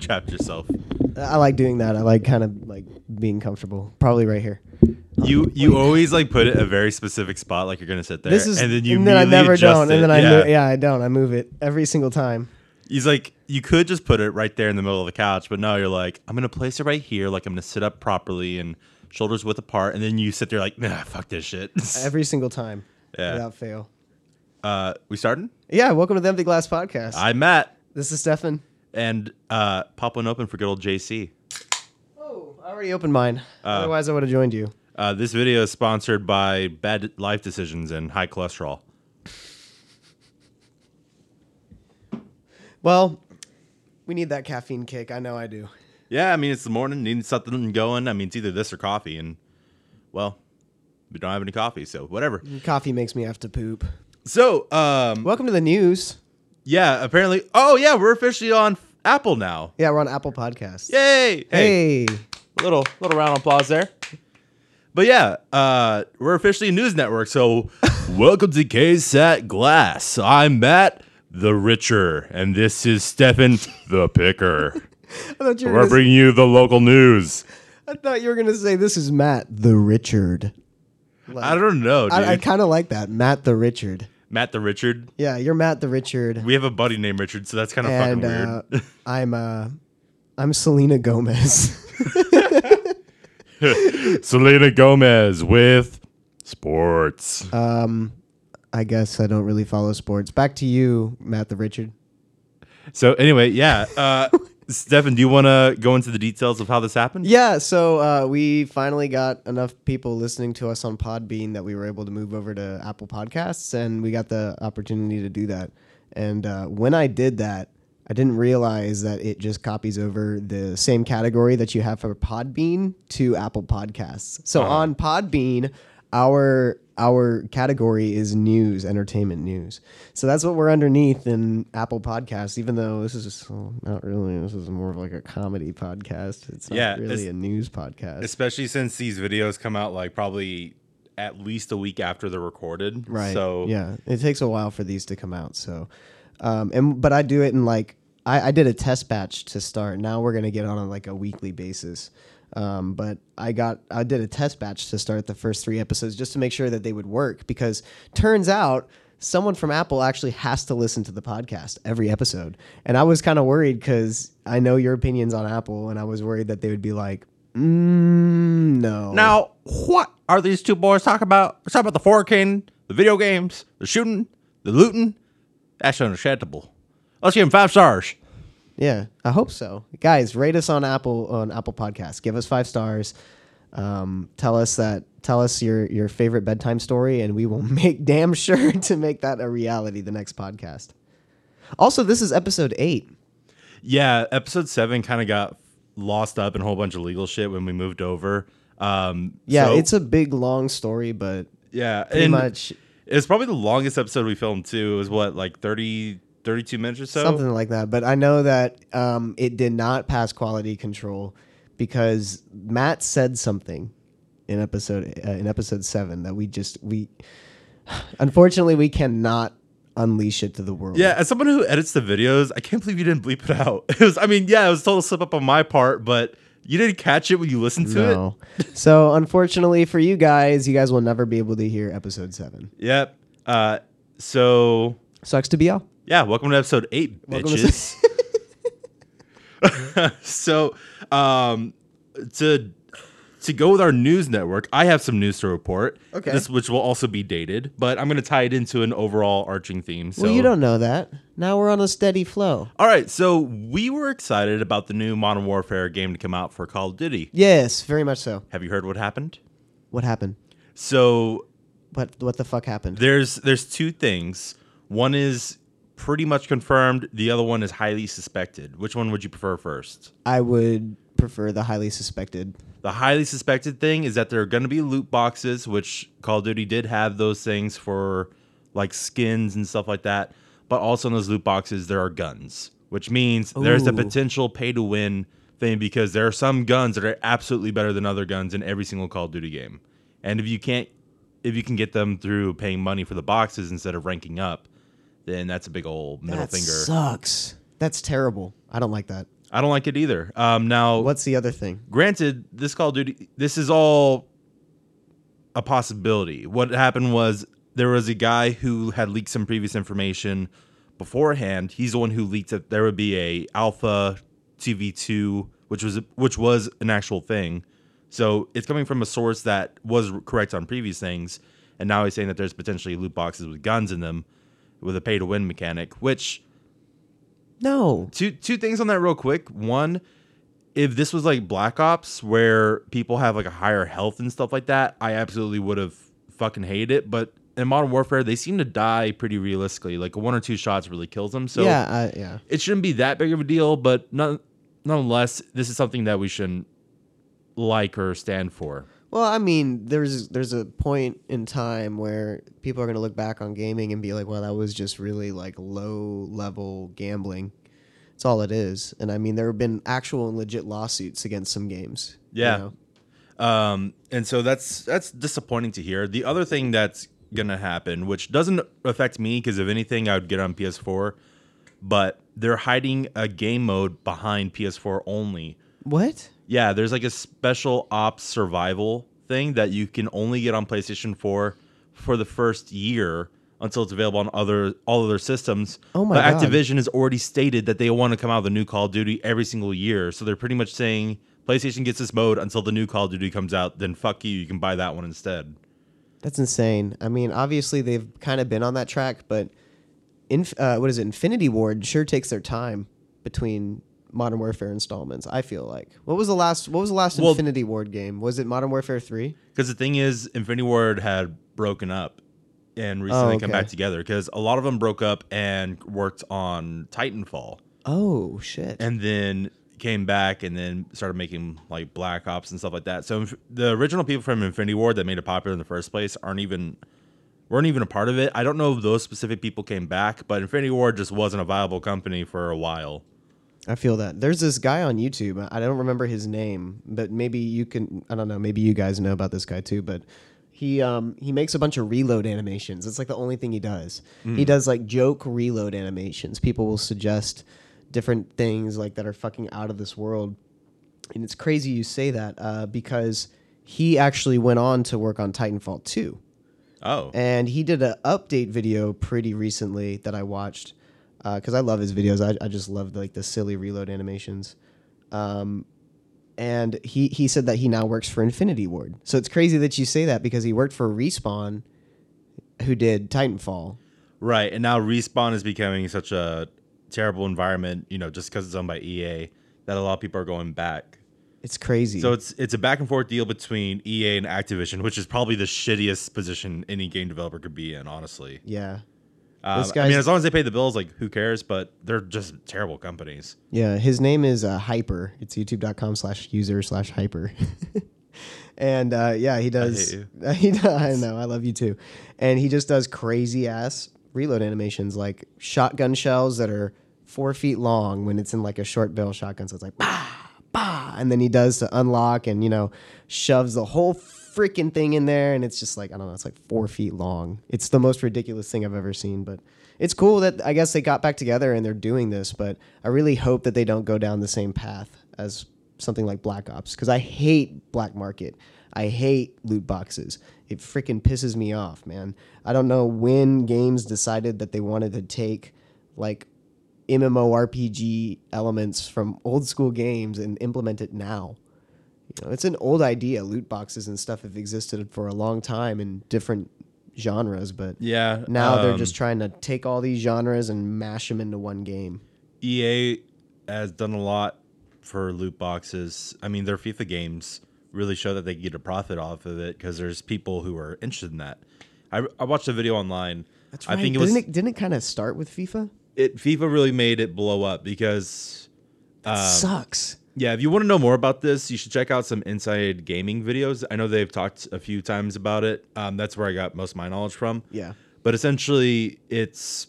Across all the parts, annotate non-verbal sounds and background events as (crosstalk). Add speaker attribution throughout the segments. Speaker 1: trapped yourself.
Speaker 2: I like doing that. I like kind of like being comfortable. Probably right here.
Speaker 1: You you always like put it a very specific spot, like you're gonna sit there,
Speaker 2: This is
Speaker 1: and then you
Speaker 2: I
Speaker 1: immediately
Speaker 2: never
Speaker 1: adjust
Speaker 2: don't,
Speaker 1: it.
Speaker 2: and then I
Speaker 1: yeah.
Speaker 2: mo- yeah I don't. I move it every single time.
Speaker 1: He's like, you could just put it right there in the middle of the couch, but no, you're like, I'm gonna place it right here, like I'm gonna sit up properly and shoulders width apart, and then you sit there like, nah, fuck this
Speaker 2: (laughs)
Speaker 1: shit.
Speaker 2: Every single time.
Speaker 1: Yeah.
Speaker 2: Without fail.
Speaker 1: uh, we starting?
Speaker 2: Yeah. Welcome to the Empty Glass Podcast.
Speaker 1: I'm Matt,
Speaker 2: this is Stefan.
Speaker 1: and uh, pop one open for good old JC.
Speaker 2: Oh, I already opened mine. Otherwise, I would have joined you.
Speaker 1: Uh, this video is sponsored by bad life decisions and high cholesterol.
Speaker 2: Well, we need that caffeine kick. I know I do.
Speaker 1: Yeah, I mean it's the morning, needing something going. I mean it's either this or coffee, and well, we don't have any coffee, so whatever.
Speaker 2: Coffee makes me have to poop.
Speaker 1: So, um,
Speaker 2: Welcome to the news.
Speaker 1: yeah, apparently, oh yeah, we're officially on Apple now.
Speaker 2: Yeah, we're on Apple Podcasts.
Speaker 1: Yay! Hey,
Speaker 2: Hey.
Speaker 1: little little round of applause there. But yeah, uh, we're officially a news network, so
Speaker 2: (laughs)
Speaker 1: welcome to KSAT Glass. I'm Matt the Richer, and this is Stefan the
Speaker 2: (laughs)
Speaker 1: Picker.
Speaker 2: I thought you were
Speaker 1: we're
Speaker 2: gonna,
Speaker 1: bringing you the local news.
Speaker 2: I thought you were gonna say this is Matt the Richard.
Speaker 1: I don't know, dude.
Speaker 2: I, I kind of like that, Matt the Richard.
Speaker 1: Matt the Richard.
Speaker 2: Yeah, you're Matt the Richard,
Speaker 1: We have a buddy named Richard, so that's kind of fucking
Speaker 2: and
Speaker 1: weird. (laughs)
Speaker 2: uh, I'm uh, I'm Selena Gomez. (laughs)
Speaker 1: Selena Gomez with sports.
Speaker 2: um, I guess I don't really follow sports. Back to you, Matt the Richard.
Speaker 1: so anyway, yeah. Uh, (laughs) Stefan, do you want to go into the details of how this happened?
Speaker 2: Yeah, so uh, we finally got enough people listening to us on Podbean that we were able to move over to Apple Podcasts, and we got the opportunity to do that. And uh, when I did that, I didn't realize that it just copies over the same category that you have for Podbean to Apple Podcasts. So on Podbean, our our category is news, entertainment news. So that's what we're underneath in Apple Podcasts. Even though this is just, oh, not really, this is more of like a comedy podcast. It's not
Speaker 1: Yeah,
Speaker 2: really
Speaker 1: it's-
Speaker 2: a news podcast.
Speaker 1: Especially since these videos come out like probably at least a week after they're recorded.
Speaker 2: Right.
Speaker 1: So
Speaker 2: yeah, it takes a while for these to come out. So, um, and but I do it in like I, I did a test batch to start. Now we're gonna get on a, like a weekly basis. Um, but I got I did a test batch to start the first three episodes just to make sure that they would work because turns out someone from Apple actually has to listen to the podcast every episode, and I was kind of worried because I know your opinions on Apple, and I was worried that they would be like, mm, no,
Speaker 1: now what are these two boys talking about? We're talking about the forking, the video games, the shooting, the looting. That's unacceptable. Let's give him five stars.
Speaker 2: Yeah, I hope so. Guys, rate us on Apple on Apple Podcasts. Give us five stars. Um, tell us that tell us your your favorite bedtime story, and we will (laughs) make damn sure to make that a reality the next podcast. Also, this is episode eight.
Speaker 1: Yeah, episode seven kind of got lost up in a whole bunch of legal shit when we moved over. Um,
Speaker 2: Yeah,
Speaker 1: so-
Speaker 2: it's a big long story, but
Speaker 1: yeah,
Speaker 2: pretty
Speaker 1: and
Speaker 2: much
Speaker 1: It's probably the longest episode we filmed too. It was what like 30, 32 minutes or so.
Speaker 2: something like that. But I know that um, it did not pass quality control because Matt said something in episode uh, in episode seven that we just we (sighs) unfortunately we cannot unleash it to the world.
Speaker 1: Yeah, as someone who edits the videos, I can't believe you didn't bleep it out. (laughs) It was, I mean, yeah, it was a total slip up on my part, but you didn't catch it when you listened to it.
Speaker 2: No. so unfortunately for you guys, you guys will never be able to hear episode seven.
Speaker 1: Yep. Uh, so
Speaker 2: Sucks to be y'all.
Speaker 1: yeah, welcome to episode eight,
Speaker 2: Welcome to- (laughs)
Speaker 1: bitches. so um to to go with our news network i have some news to report
Speaker 2: Okay.
Speaker 1: this which will also be dated but i'm going to tie it into an overall arching theme so
Speaker 2: Well, you don't know that. Now we're on a steady flow.
Speaker 1: all right so we were excited about the new modern warfare game to come out for call of duty
Speaker 2: Yes, very much so.
Speaker 1: have you heard what happened
Speaker 2: What happened?
Speaker 1: so
Speaker 2: What what the fuck happened?
Speaker 1: there's there's two things one is pretty much confirmed the other one is highly suspected which one would you prefer first
Speaker 2: I would prefer the highly suspected.
Speaker 1: The highly suspected thing is that there are going to be loot boxes, which Call of Duty did have those things for like skins and stuff like that. But also in those loot boxes, there are guns, which means there's a
Speaker 2: Ooh.
Speaker 1: potential pay to win thing because there are some guns that are absolutely better than other guns in every single Call of Duty game. And if you can't, if you can get them through paying money for the boxes instead of ranking up, then that's a big old middle
Speaker 2: that
Speaker 1: finger.
Speaker 2: Sucks. That's terrible. I don't like that.
Speaker 1: I don't like it either. Um, now,
Speaker 2: What's the other thing?
Speaker 1: granted, this Call of Duty, this is all a possibility. What happened was there was a guy who had leaked some previous information beforehand. He's the one who leaked that there would be a Alpha TV2, which was which was an actual thing. So it's coming from a source that was correct on previous things, and now he's saying that there's potentially loot boxes with guns in them, with a pay-to-win mechanic, which
Speaker 2: No.
Speaker 1: two two things on that real quick. One, if this was like Black Ops where people have like a higher health and stuff like that, I absolutely would have fucking hated it. But in Modern Warfare, they seem to die pretty realistically. Like one or two shots really kills them. So
Speaker 2: yeah, I, yeah.
Speaker 1: it shouldn't be that big of a deal. But none, nonetheless, this is something that we shouldn't like or stand for.
Speaker 2: Well, I mean, there's there's a point in time where people are going to look back on gaming and be like, "Well, that was just really like low level gambling." It's all it is. And I mean, there have been actual and legit lawsuits against some games. you
Speaker 1: Yeah.
Speaker 2: know?
Speaker 1: Um, and so that's that's disappointing to hear. The other thing that's gonna happen, which doesn't affect me, because if anything, I would get on PS4. But they're hiding a game mode behind PS4 only.
Speaker 2: What?
Speaker 1: Yeah, there's like a special ops survival thing that you can only get on PlayStation 4 for the first year until it's available on other all other systems.
Speaker 2: Oh my
Speaker 1: but
Speaker 2: God.
Speaker 1: Activision has already stated that they want to come out with a new Call of Duty every single year. So they're pretty much saying PlayStation gets this mode until the new Call of Duty comes out, then fuck you, you can buy that one instead.
Speaker 2: That's insane. I mean, obviously they've kind of been on that track, but inf- uh, what is it? Infinity Ward sure takes their time between Modern Warfare installments. I feel like. What was the last? What was the last
Speaker 1: Well-
Speaker 2: Infinity Ward game? Was it Modern Warfare Three?
Speaker 1: Because the thing is, Infinity Ward had broken up and recently come
Speaker 2: Oh, okay.
Speaker 1: back together because a lot of them broke up and worked on Titanfall.
Speaker 2: Oh shit!
Speaker 1: and then came back and then started making like Black Ops and stuff like that. So inf- the original people from Infinity Ward that made it popular in the first place aren't even weren't even a part of it. I don't know if those specific people came back, but Infinity Ward just wasn't a viable company for a while.
Speaker 2: I feel that. There's this guy on YouTube. I don't remember his name, but maybe you can. I don't know. Maybe you guys know about this guy too. But he um he makes a bunch of reload animations. It's like the only thing he does. He does like joke reload animations. People will suggest different things like that are fucking out of this world. And it's crazy you say that uh, because he actually went on to work on Titanfall 2
Speaker 1: Oh,
Speaker 2: and he did an update video pretty recently that I watched because I love his videos. I, I just love like the silly reload animations. Um, and he he said that he now works for Infinity Ward. So it's crazy that you say that because he worked for Respawn, who did Titanfall.
Speaker 1: right. And now Respawn is becoming such a terrible environment, you know, just because it's owned by EA, that a lot of people are going back.
Speaker 2: It's crazy.
Speaker 1: So it's it's a back and forth deal between EA and Activision, which is probably the shittiest position any game developer could be in, honestly.
Speaker 2: yeah,
Speaker 1: Um,
Speaker 2: This
Speaker 1: I mean,
Speaker 2: guy's-
Speaker 1: as long as they pay the bills, like who cares? But they're just terrible companies.
Speaker 2: Yeah, his name is uh, Hyper. It's youtube.com slash user slash hyper. (laughs) and uh, yeah, he does.
Speaker 1: hate
Speaker 2: (laughs) He does, I know, I love you too. And he just does crazy ass reload animations like shotgun shells that are four feet long when it's in like a short barrel shotgun. So it's like, bah, bah. "Ah," And then he does to unlock and, you know, shoves the whole freaking thing in there. And it's just like, I don't know, it's like four feet long. It's the most ridiculous thing I've ever seen, but it's cool that I guess they got back together and they're doing this, but I really hope that they don't go down the same path as something like Black Ops because I hate black market. I hate loot boxes. It freaking pisses me off, man. I don't know when games decided that they wanted to take like MMORPG elements from old school games and implement it now. You know, it's an old idea. Loot boxes and stuff have existed for a long time in different genres, but
Speaker 1: Yeah. um,
Speaker 2: now they're just trying to take all these genres and mash them into one game.
Speaker 1: EA has done E a lot for loot boxes. I mean, their FIFA games really show that they can get a profit off of it because there's people who are interested in that. I, I watched a video online. That's I think it was Uh,
Speaker 2: didn't it, didn't it kind of start with FIFA?
Speaker 1: it FIFA really made it blow up because
Speaker 2: Sucks.
Speaker 1: Yeah, if you want to know more about this, you should check out some Inside Gaming videos. I know they've talked a few times about it. Um, that's where I got most of my knowledge from.
Speaker 2: Yeah.
Speaker 1: But essentially, it's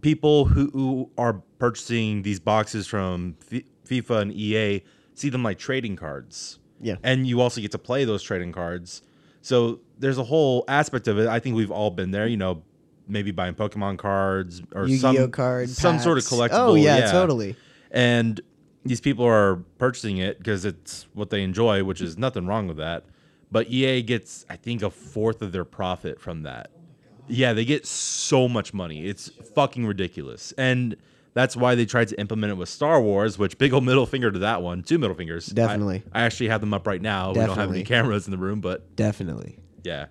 Speaker 1: people who, who are purchasing these boxes from F- FIFA and EA see them like trading cards.
Speaker 2: Yeah.
Speaker 1: And you also get to play those trading cards. So there's a whole aspect of it. I think we've all been there, you know, maybe buying Pokemon cards or
Speaker 2: Yu-Gi-Oh
Speaker 1: some
Speaker 2: card,
Speaker 1: some sort of
Speaker 2: packs.
Speaker 1: collectible.
Speaker 2: Oh yeah, totally.
Speaker 1: and these people are purchasing it because it's what they enjoy, which is nothing wrong with that. But EA gets, I think, a fourth of their profit from that. Yeah, they get so much money. It's fucking ridiculous. And that's why they tried to implement it with Star Wars, which big old middle finger to that one. Two middle fingers. I-
Speaker 2: Definitely.
Speaker 1: I, actually have them up right now. We don't have any
Speaker 2: Definitely.
Speaker 1: cameras in the room, but
Speaker 2: Definitely.
Speaker 1: yeah.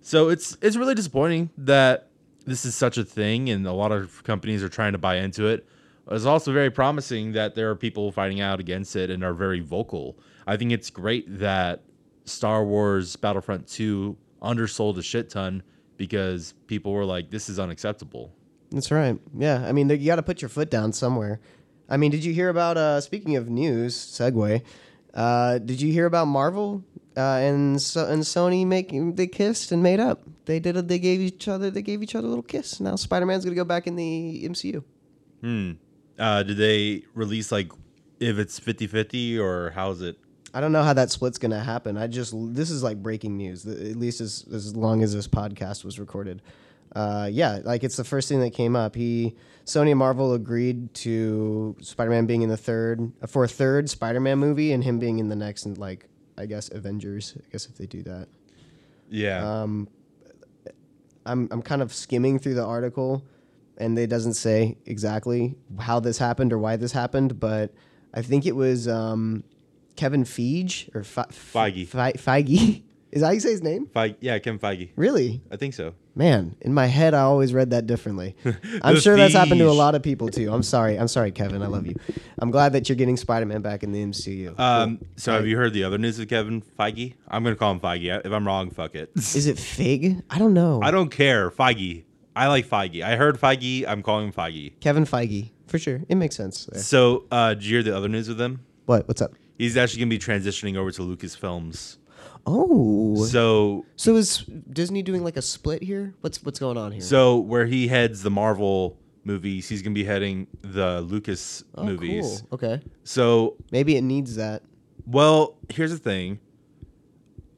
Speaker 1: So it's it's really disappointing that this is such a thing and a lot of companies are trying to buy into it. It's also very promising that there are people fighting out against it and are very vocal. I think it's great that Star Wars Battlefront 2 undersold a shit ton because people were like this is unacceptable.
Speaker 2: That's right. Yeah, I mean, you got to put your foot down somewhere. I mean, did you hear about? Uh, speaking of news, segue. Uh, did you hear about Marvel uh, and so- and Sony making they kissed and made up? They did. A, they gave each other. They gave each other a little kiss. Now Spider Man's gonna go back in the MCU.
Speaker 1: Hmm. Uh, did they release like if it's 50-50 or how's it?
Speaker 2: I don't know how that split's gonna happen. I just this is like breaking news. th- At least as as long as this podcast was recorded. Uh, yeah, like it's the first thing that came up. He Sony and Marvel agreed to Spider-Man being in the third for a third Spider-Man movie and him being in the next and like I guess Avengers. I guess if they do that.
Speaker 1: Yeah.
Speaker 2: Um, I'm I'm kind of skimming through the article, and it doesn't say exactly how this happened or why this happened, but I think it was um, Kevin Feige or Fe-
Speaker 1: Feige.
Speaker 2: Fe- Feige (laughs) is that how you say his name?
Speaker 1: Feige, yeah, Kim Feige.
Speaker 2: Really,
Speaker 1: I think so. man,
Speaker 2: man? In my head, I always read
Speaker 1: (laughs)
Speaker 2: that differently. I'm
Speaker 1: The
Speaker 2: sure that's happened to a
Speaker 1: Feige.
Speaker 2: lot of people too. I'm sorry. I'm sorry, Kevin. I love you. I'm glad that you're getting Spider-Man back in the MCU.
Speaker 1: Um, so have you heard the other news of Kevin Feige? I'm gonna call him Feige. If I'm wrong, fuck
Speaker 2: (laughs)
Speaker 1: it.
Speaker 2: is it Fig? I don't know.
Speaker 1: I don't care. Feige. I like Feige. I heard Feige. I'm calling him Feige.
Speaker 2: Kevin Feige for sure. It makes sense. there.
Speaker 1: So uh, did you hear the other news with him?
Speaker 2: What? What's up?
Speaker 1: He's actually gonna be transitioning over to Lucasfilms.
Speaker 2: Oh,
Speaker 1: So
Speaker 2: So is Disney doing like a split here? What's what's going on here?
Speaker 1: so where he heads the Marvel movies, he's gonna be heading the Lucas
Speaker 2: Oh,
Speaker 1: movies.
Speaker 2: Cool. Okay.
Speaker 1: So
Speaker 2: Maybe it needs that.
Speaker 1: Well, here's the thing.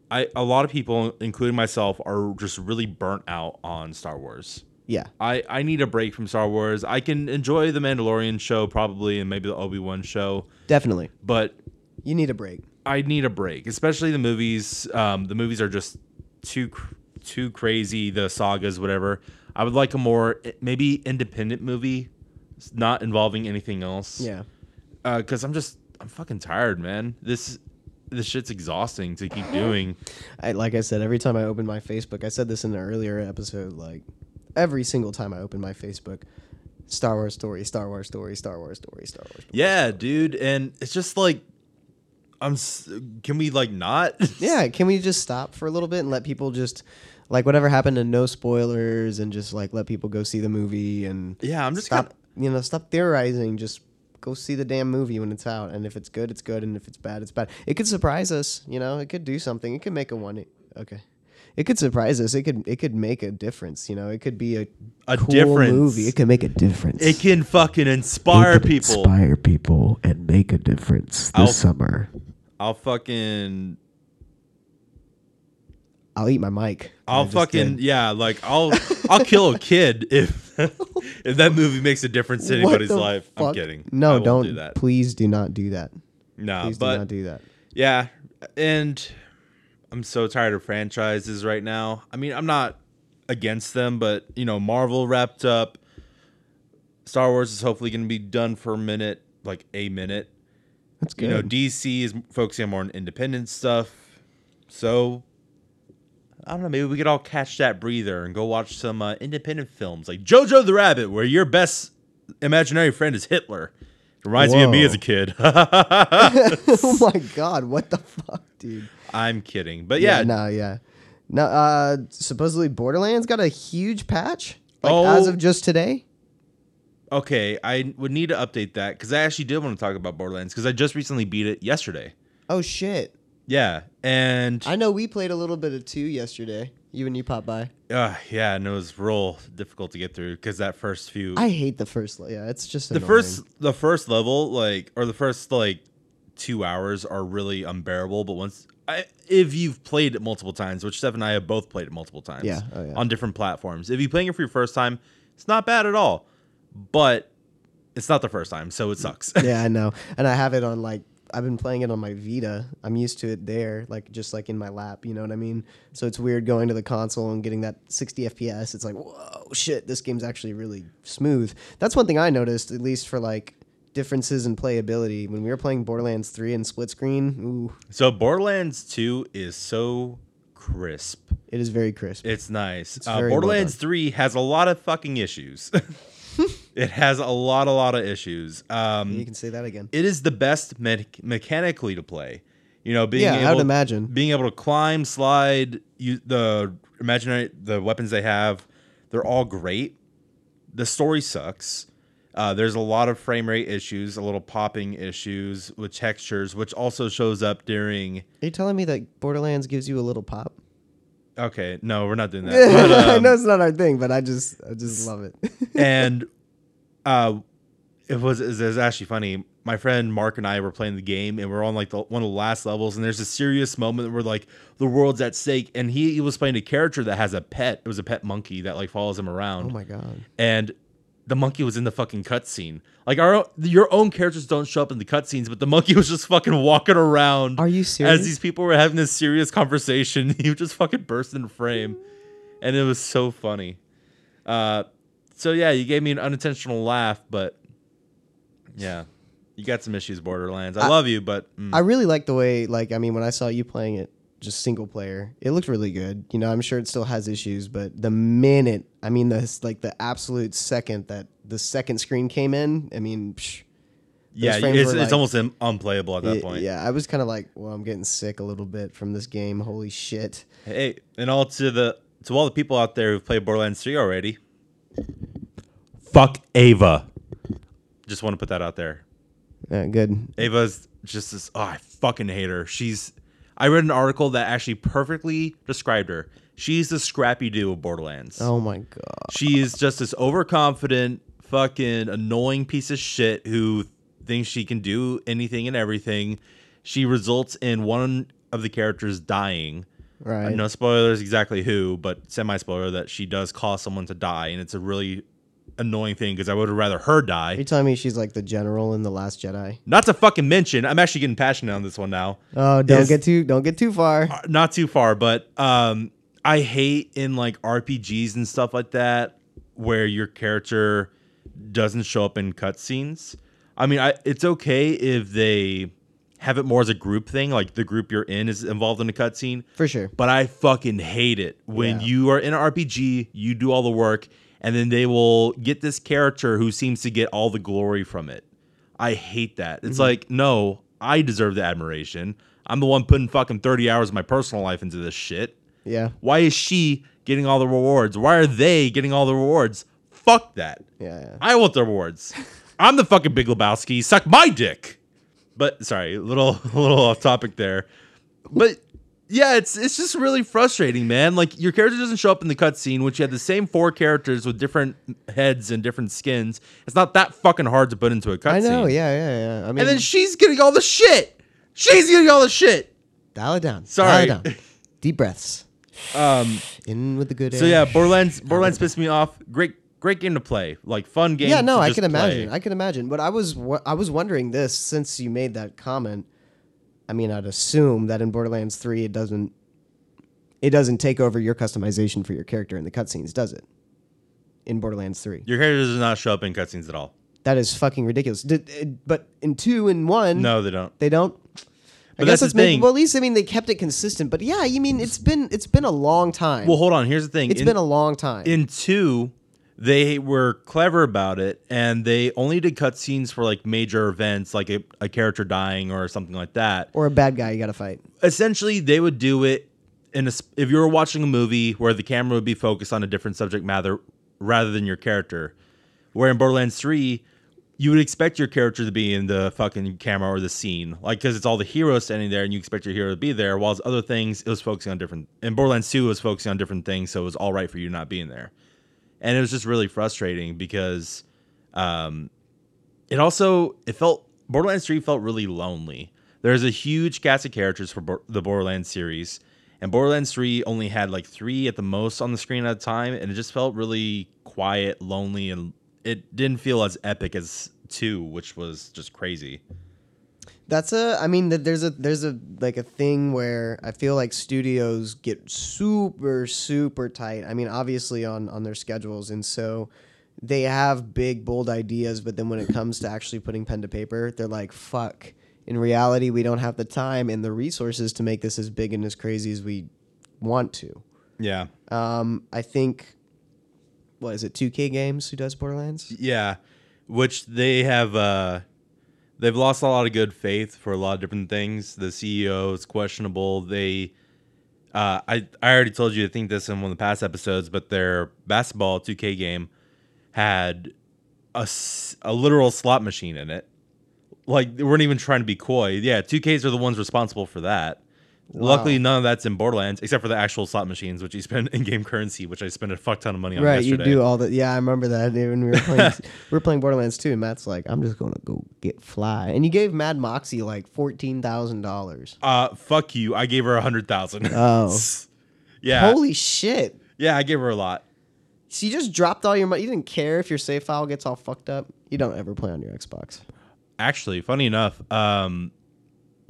Speaker 1: I a lot of people, including myself, are just really burnt out on Star Wars.
Speaker 2: Yeah.
Speaker 1: I, I need a break from Star Wars. I can enjoy the Mandalorian show probably and maybe the Obi Wan show,
Speaker 2: Definitely.
Speaker 1: but
Speaker 2: You need a break.
Speaker 1: I need a break. Especially the movies. Um, the movies are just too cr- too crazy. The sagas, whatever. I would like a more eh, maybe independent movie, s- not involving anything else
Speaker 2: Yeah.
Speaker 1: because I'm just I'm fucking tired, man. This this shit's exhausting to keep doing.
Speaker 2: I, like I said, every time I open my Facebook, I said this in an earlier episode. Like every single time I open my Facebook, Star Wars story, Star Wars story, Star Wars story, Star Wars. Story.
Speaker 1: Yeah, dude, and it's just like I'm. s- Can we like not? (laughs)
Speaker 2: Yeah. Can we just stop for a little bit and let people just like whatever happened to no spoilers and just like let people go see the movie and
Speaker 1: yeah. I'm just
Speaker 2: stop
Speaker 1: kinda-
Speaker 2: you know stop theorizing just go see the damn movie when it's out and if it's good it's good and if it's bad it's bad it could surprise us you know it could do something it could make a one okay it could surprise us it could it could make a difference you know it could be a,
Speaker 1: A
Speaker 2: cool
Speaker 1: difference.
Speaker 2: movie it could make a difference
Speaker 1: It can fucking inspire people.
Speaker 2: inspire people and make a difference this
Speaker 1: I'll-
Speaker 2: summer
Speaker 1: I'll fucking.
Speaker 2: i'll eat my mic I
Speaker 1: I'll
Speaker 2: just
Speaker 1: fucking
Speaker 2: did.
Speaker 1: yeah. Like I'll I'll kill a kid if (laughs) if that movie makes a difference to
Speaker 2: What
Speaker 1: anybody's
Speaker 2: the
Speaker 1: life. I'm
Speaker 2: fuck?
Speaker 1: kidding. I
Speaker 2: no
Speaker 1: won't
Speaker 2: don't
Speaker 1: do that.
Speaker 2: please do not do that
Speaker 1: No,
Speaker 2: please do
Speaker 1: but
Speaker 2: not do that
Speaker 1: Yeah, and I'm so tired of franchises right now. I mean, I'm not against them, but you know, Marvel wrapped up. Star Wars is hopefully going to be done for a minute, like a minute.
Speaker 2: that's good
Speaker 1: You know, DC is focusing more on independent stuff. So I don't know. Maybe we could all catch that breather and go watch some uh, independent films like Jojo the Rabbit, where your best imaginary friend is Hitler. Reminds me of me
Speaker 2: Whoa.
Speaker 1: as a kid.
Speaker 2: (laughs) oh my god what the fuck dude
Speaker 1: (laughs) I'm kidding, but yeah,
Speaker 2: no, yeah. No, uh, supposedly Borderlands got a huge patch. Like
Speaker 1: Oh.
Speaker 2: as of just today.
Speaker 1: Okay, I would need to update that because I actually did want to talk about Borderlands because I just recently beat it yesterday.
Speaker 2: Oh shit!
Speaker 1: Yeah, and
Speaker 2: I know we played a little bit of two yesterday. You and you popped by.
Speaker 1: uh, yeah, and it was real difficult to get through because that first few,
Speaker 2: I hate the first. le- Yeah, it's just
Speaker 1: the
Speaker 2: annoying.
Speaker 1: first, the first level, like or the first like two hours are really unbearable. But once, I, if you've played it multiple times, which Steph and I have both played it multiple times,
Speaker 2: Yeah, oh, yeah.
Speaker 1: on different platforms, if you're playing it for your first time, it's not bad at all. But It's not the first time, so it sucks. (laughs)
Speaker 2: yeah, I know. And I have it on like I've been playing it on my Vita. I'm used to it there, like just like in my lap. You know what I mean? So it's weird going to the console and getting that 60 FPS. It's like whoa, shit, this game's actually really smooth. That's one thing I noticed, at least for like differences in playability when we were playing Borderlands 3 and split screen. Ooh,
Speaker 1: so Borderlands 2 is so crisp.
Speaker 2: it is very crisp.
Speaker 1: It's nice. uh,
Speaker 2: very well
Speaker 1: Borderlands
Speaker 2: done.
Speaker 1: 3 has a lot of fucking issues. (laughs) it has a lot, a lot of issues. Um,
Speaker 2: you can say that again.
Speaker 1: it is the best me- mechanically to play. You know, being
Speaker 2: Yeah, I
Speaker 1: able,
Speaker 2: would imagine.
Speaker 1: being able to climb, slide, you, the imaginary the weapons they have, they're all great. The story sucks. Uh, there's a lot of frame rate issues, a little popping issues with textures, which also shows up during.
Speaker 2: Are you telling me that Borderlands gives you a little pop?
Speaker 1: Okay, no, we're not doing that. But, um,
Speaker 2: (laughs) I know it's not our thing, but I just I
Speaker 1: (laughs)
Speaker 2: just love it.
Speaker 1: and uh, it was it was actually funny. My friend Mark and I were playing the game, and we're on like the, one of the last levels. And there's a serious moment where like the world's at stake, and he, he was playing a character that has a pet. It was a pet monkey that like follows him around,
Speaker 2: oh my god.
Speaker 1: and the monkey was in the fucking cutscene. Like our own- your own characters don't show up in the cutscenes, but the monkey (laughs) was just fucking walking around.
Speaker 2: Are you serious?
Speaker 1: As these people were having this serious conversation, (laughs) he would just fucking burst into frame, and it was so funny. Uh, so yeah, you gave me an unintentional laugh, but yeah, you got some issues, Borderlands. I,
Speaker 2: I-
Speaker 1: love you, but mm.
Speaker 2: I really like the way, like, I mean, when I saw you playing it, just single player, it looked really good. You know, I'm sure it still has issues, but the minute, I mean, the like the absolute second that the second screen came in, I mean, psh,
Speaker 1: yeah,
Speaker 2: frames
Speaker 1: it's,
Speaker 2: were,
Speaker 1: it's
Speaker 2: like-
Speaker 1: almost un- unplayable at that
Speaker 2: y-
Speaker 1: point.
Speaker 2: yeah, I was kind of like, well, I'm getting sick a little bit from this game. Holy shit!
Speaker 1: Hey, and all to the to all the people out there who've played Borderlands 3 already. Fuck Ava. Just want to put that out there.
Speaker 2: Uh, good.
Speaker 1: Ava's just this oh, I fucking hate her. She's I read an article that actually perfectly described her. She's the scrappy do of Borderlands.
Speaker 2: Oh my god.
Speaker 1: She is just this overconfident, fucking annoying piece of shit who thinks she can do anything and everything. She results in one of the characters dying.
Speaker 2: Right.
Speaker 1: No spoilers exactly who, but semi spoiler that she does cause someone to die, and it's a really annoying thing because I would have rather her
Speaker 2: Are you
Speaker 1: die.
Speaker 2: telling me she's like the general in the Last Jedi?
Speaker 1: Not to fucking mention, I'm actually getting passionate on this one now.
Speaker 2: Oh, don't
Speaker 1: Is-
Speaker 2: get too don't get too far.
Speaker 1: Uh, Not too far, but um, I hate in like RPGs and stuff like that where your character doesn't show up in cutscenes. I mean, I, it's okay if they have it more as a group thing, like the group you're in is involved in a cutscene.
Speaker 2: For sure.
Speaker 1: but I fucking hate it when
Speaker 2: Yeah.
Speaker 1: you are in an RPG, you do all the work, and then they will get this character who seems to get all the glory from it. I hate that. It's like, no, I deserve the admiration. I'm the one putting fucking 30 hours of my personal life into this shit.
Speaker 2: Yeah.
Speaker 1: Why is she getting all the rewards? Why are they getting all the rewards? Fuck that.
Speaker 2: Yeah. yeah.
Speaker 1: I want the rewards. I'm the fucking Big Lebowski. Suck my dick. But sorry, a little (laughs) a little off topic there. But yeah, it's it's just really frustrating, man. Like your character doesn't show up in the cutscene, which you had the same four characters with different heads and different skins. It's not that fucking hard to put into a cutscene.
Speaker 2: I know. Yeah. Yeah. Yeah. I mean,
Speaker 1: And then she's getting all the shit. She's getting all the shit.
Speaker 2: dial it down.
Speaker 1: Sorry. (laughs)
Speaker 2: Dial it down. Deep breaths.
Speaker 1: Um.
Speaker 2: In with the good air.
Speaker 1: So yeah, Borderlands Borderlands pissed me off. Great great game to play. Like fun game.
Speaker 2: yeah, no,
Speaker 1: to
Speaker 2: I
Speaker 1: just
Speaker 2: can
Speaker 1: play.
Speaker 2: imagine. I can imagine. But I was wo- I was wondering this since you made that comment. I mean, I'd assume that in Borderlands 3 it doesn't it doesn't take over your customization for your character in the cutscenes, does it? In Borderlands 3.
Speaker 1: Your character does not show up in cutscenes at all.
Speaker 2: That is fucking ridiculous. Did, it- but in 2 and 1
Speaker 1: No, they don't.
Speaker 2: they don't I
Speaker 1: But that's the
Speaker 2: it's maybe-
Speaker 1: thing.
Speaker 2: well at least I mean they kept it consistent, but yeah, you mean it's been it's been a long time.
Speaker 1: Well, hold on. Here's the thing.
Speaker 2: It's
Speaker 1: in,
Speaker 2: been a long time.
Speaker 1: in two, they were clever about it, and they only did cutscenes for like major events, like a, a character dying or something like that.
Speaker 2: or a bad guy you got to fight.
Speaker 1: Essentially, they would do it in a, sp- if you were watching a movie where the camera would be focused on a different subject matter rather than your character. Where in Borderlands Three, you would expect your character to be in the fucking camera or the scene, like because it's all the heroes standing there, and you expect your hero to be there. Whilst other things, it was focusing on different. And Borderlands Two was focusing on different things, so it was all right for you not being there. And it was just really frustrating because, um, it also it felt Borderlands Three felt really lonely. There's a huge cast of characters for Bor- the Borderlands series, and Borderlands Three only had like three at the most on the screen at a time, and it just felt really quiet, lonely, and it didn't feel as epic as two, which was just crazy.
Speaker 2: That's a. I mean, th- there's a there's a like a thing where I feel like studios get super super tight. I mean, obviously on on their schedules, and so they have big bold ideas, but then when it comes to actually putting pen to paper, they're like, "Fuck." In reality, we don't have the time and the resources to make this as big and as crazy as we want to.
Speaker 1: Yeah.
Speaker 2: Um, I think, what is it? Two K Games who does Borderlands?
Speaker 1: Yeah, which they have. uh They've lost a lot of good faith for a lot of different things. The CEO is questionable. They, uh, I, I already told you I think this in one of the past episodes, but their basketball 2K game had a, s- a literal slot machine in it. Like they weren't even trying to be coy. Yeah, 2Ks are the ones responsible for that. Luckily, none of that's in Borderlands except for the actual slot machines, which you spend in-game currency, which I spent a fuck ton of money on
Speaker 2: Right,
Speaker 1: yesterday.
Speaker 2: you do all that. Yeah, I remember that. When we were
Speaker 1: (laughs)
Speaker 2: playing, we were playing Borderlands 2, and Matt's like, "I'm just gonna go get fly," and you gave Mad Moxie like fourteen thousand dollars.
Speaker 1: Uh, fuck you. I gave her a hundred thousand.
Speaker 2: Oh.
Speaker 1: (laughs) yeah,
Speaker 2: Holy shit!
Speaker 1: yeah. I gave her a lot.
Speaker 2: So you just dropped all your money. You didn't care if your save file gets all fucked up. You don't ever play on your Xbox.
Speaker 1: Actually, funny enough, um,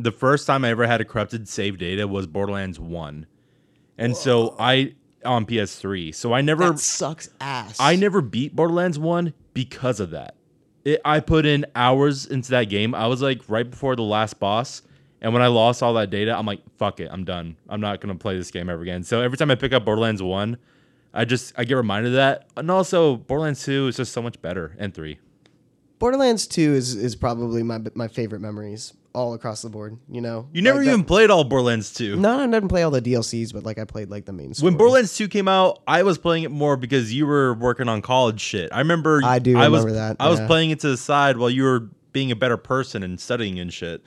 Speaker 1: the first time I ever had a corrupted save data was Borderlands One, and so I on PS3. So I never,
Speaker 2: That sucks ass.
Speaker 1: I never beat Borderlands One because of that. It, I put in hours into that game. I was like right before the last boss. And when I lost all that data, I'm like, fuck it, I'm done. I'm not gonna play this game ever again. So every time I pick up Borderlands One, I just I get reminded of that. And also Borderlands Two is just so much better. And three.
Speaker 2: Borderlands 2 is is probably my my favorite memories all across the board. You know,
Speaker 1: You never
Speaker 2: Like that-
Speaker 1: even played all Borderlands Two.
Speaker 2: No, I didn't play all the DLCs, but like I played like the main. Story.
Speaker 1: When Borderlands 2 came out, I was playing it more because you were working on college shit. I remember
Speaker 2: I do
Speaker 1: I was,
Speaker 2: remember that,
Speaker 1: I was
Speaker 2: yeah.
Speaker 1: playing it to the side while you were being a better person and studying and shit.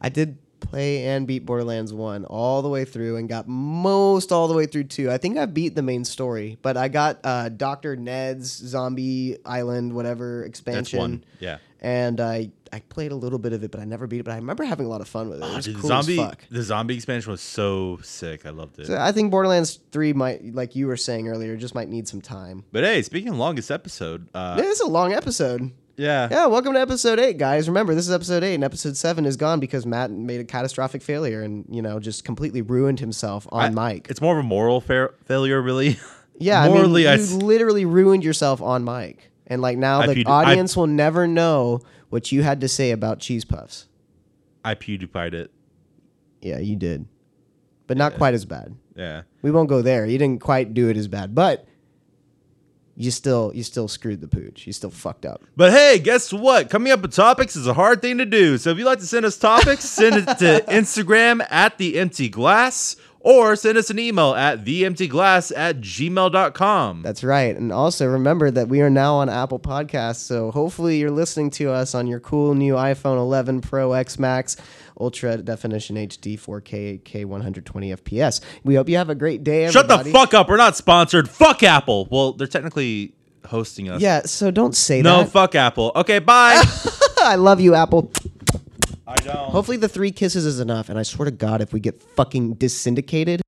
Speaker 2: I did play and beat Borderlands 1 all the way through and got most all the way through 2. I think I beat the main story, but I got uh, Dr. Ned's Zombie Island, whatever expansion.
Speaker 1: That's one. Yeah.
Speaker 2: And I, I played a little bit of it, but I never beat it. But I remember having a lot of fun with it. It was
Speaker 1: Ah, Dude, the
Speaker 2: cool
Speaker 1: zombie,
Speaker 2: as fuck.
Speaker 1: the zombie expansion was so sick. I loved it.
Speaker 2: So I think Borderlands 3 might, like you were saying earlier, just might need some time.
Speaker 1: but hey, speaking of longest episode, uh,
Speaker 2: This is a long episode.
Speaker 1: yeah,
Speaker 2: Yeah, welcome to episode eight, guys. Remember, this is episode eight, and episode seven is gone because Matt made a catastrophic failure and, you know, just completely ruined himself on mic.
Speaker 1: it's more of a moral fa- failure, really. (laughs)
Speaker 2: Yeah,
Speaker 1: morally,
Speaker 2: I
Speaker 1: I
Speaker 2: mean,
Speaker 1: s-
Speaker 2: you literally ruined yourself on mic, and like now
Speaker 1: I
Speaker 2: the
Speaker 1: peed- I-
Speaker 2: audience will never know what you had to say about cheese puffs.
Speaker 1: I PewDiePied it.
Speaker 2: Yeah, you did, but not quite as bad.
Speaker 1: Yeah,
Speaker 2: We won't go there. You didn't quite do it as bad, but you still you still screwed the pooch. You still fucked up.
Speaker 1: but hey, guess what? Coming up with topics is a hard thing to do. So if you'd like to send us topics, (laughs) send it to Instagram at the Empty Glass, or send us an email at the Empty Glass at gmail.com.
Speaker 2: That's right. And also remember that we are now on Apple Podcasts. So hopefully you're listening to us on your cool new iPhone 11 Pro X Max Ultra Definition HD 4K K120 FPS. We hope you have a great day,
Speaker 1: Shut
Speaker 2: everybody.
Speaker 1: the fuck up. We're not sponsored. Fuck Apple. Well, they're technically hosting us.
Speaker 2: Yeah, so don't say
Speaker 1: No,
Speaker 2: that.
Speaker 1: fuck Apple. Okay, bye.
Speaker 2: (laughs) I love you, Apple.
Speaker 1: I don't.
Speaker 2: Hopefully, the three kisses is enough. And I swear to God, if we get fucking dissyndicated,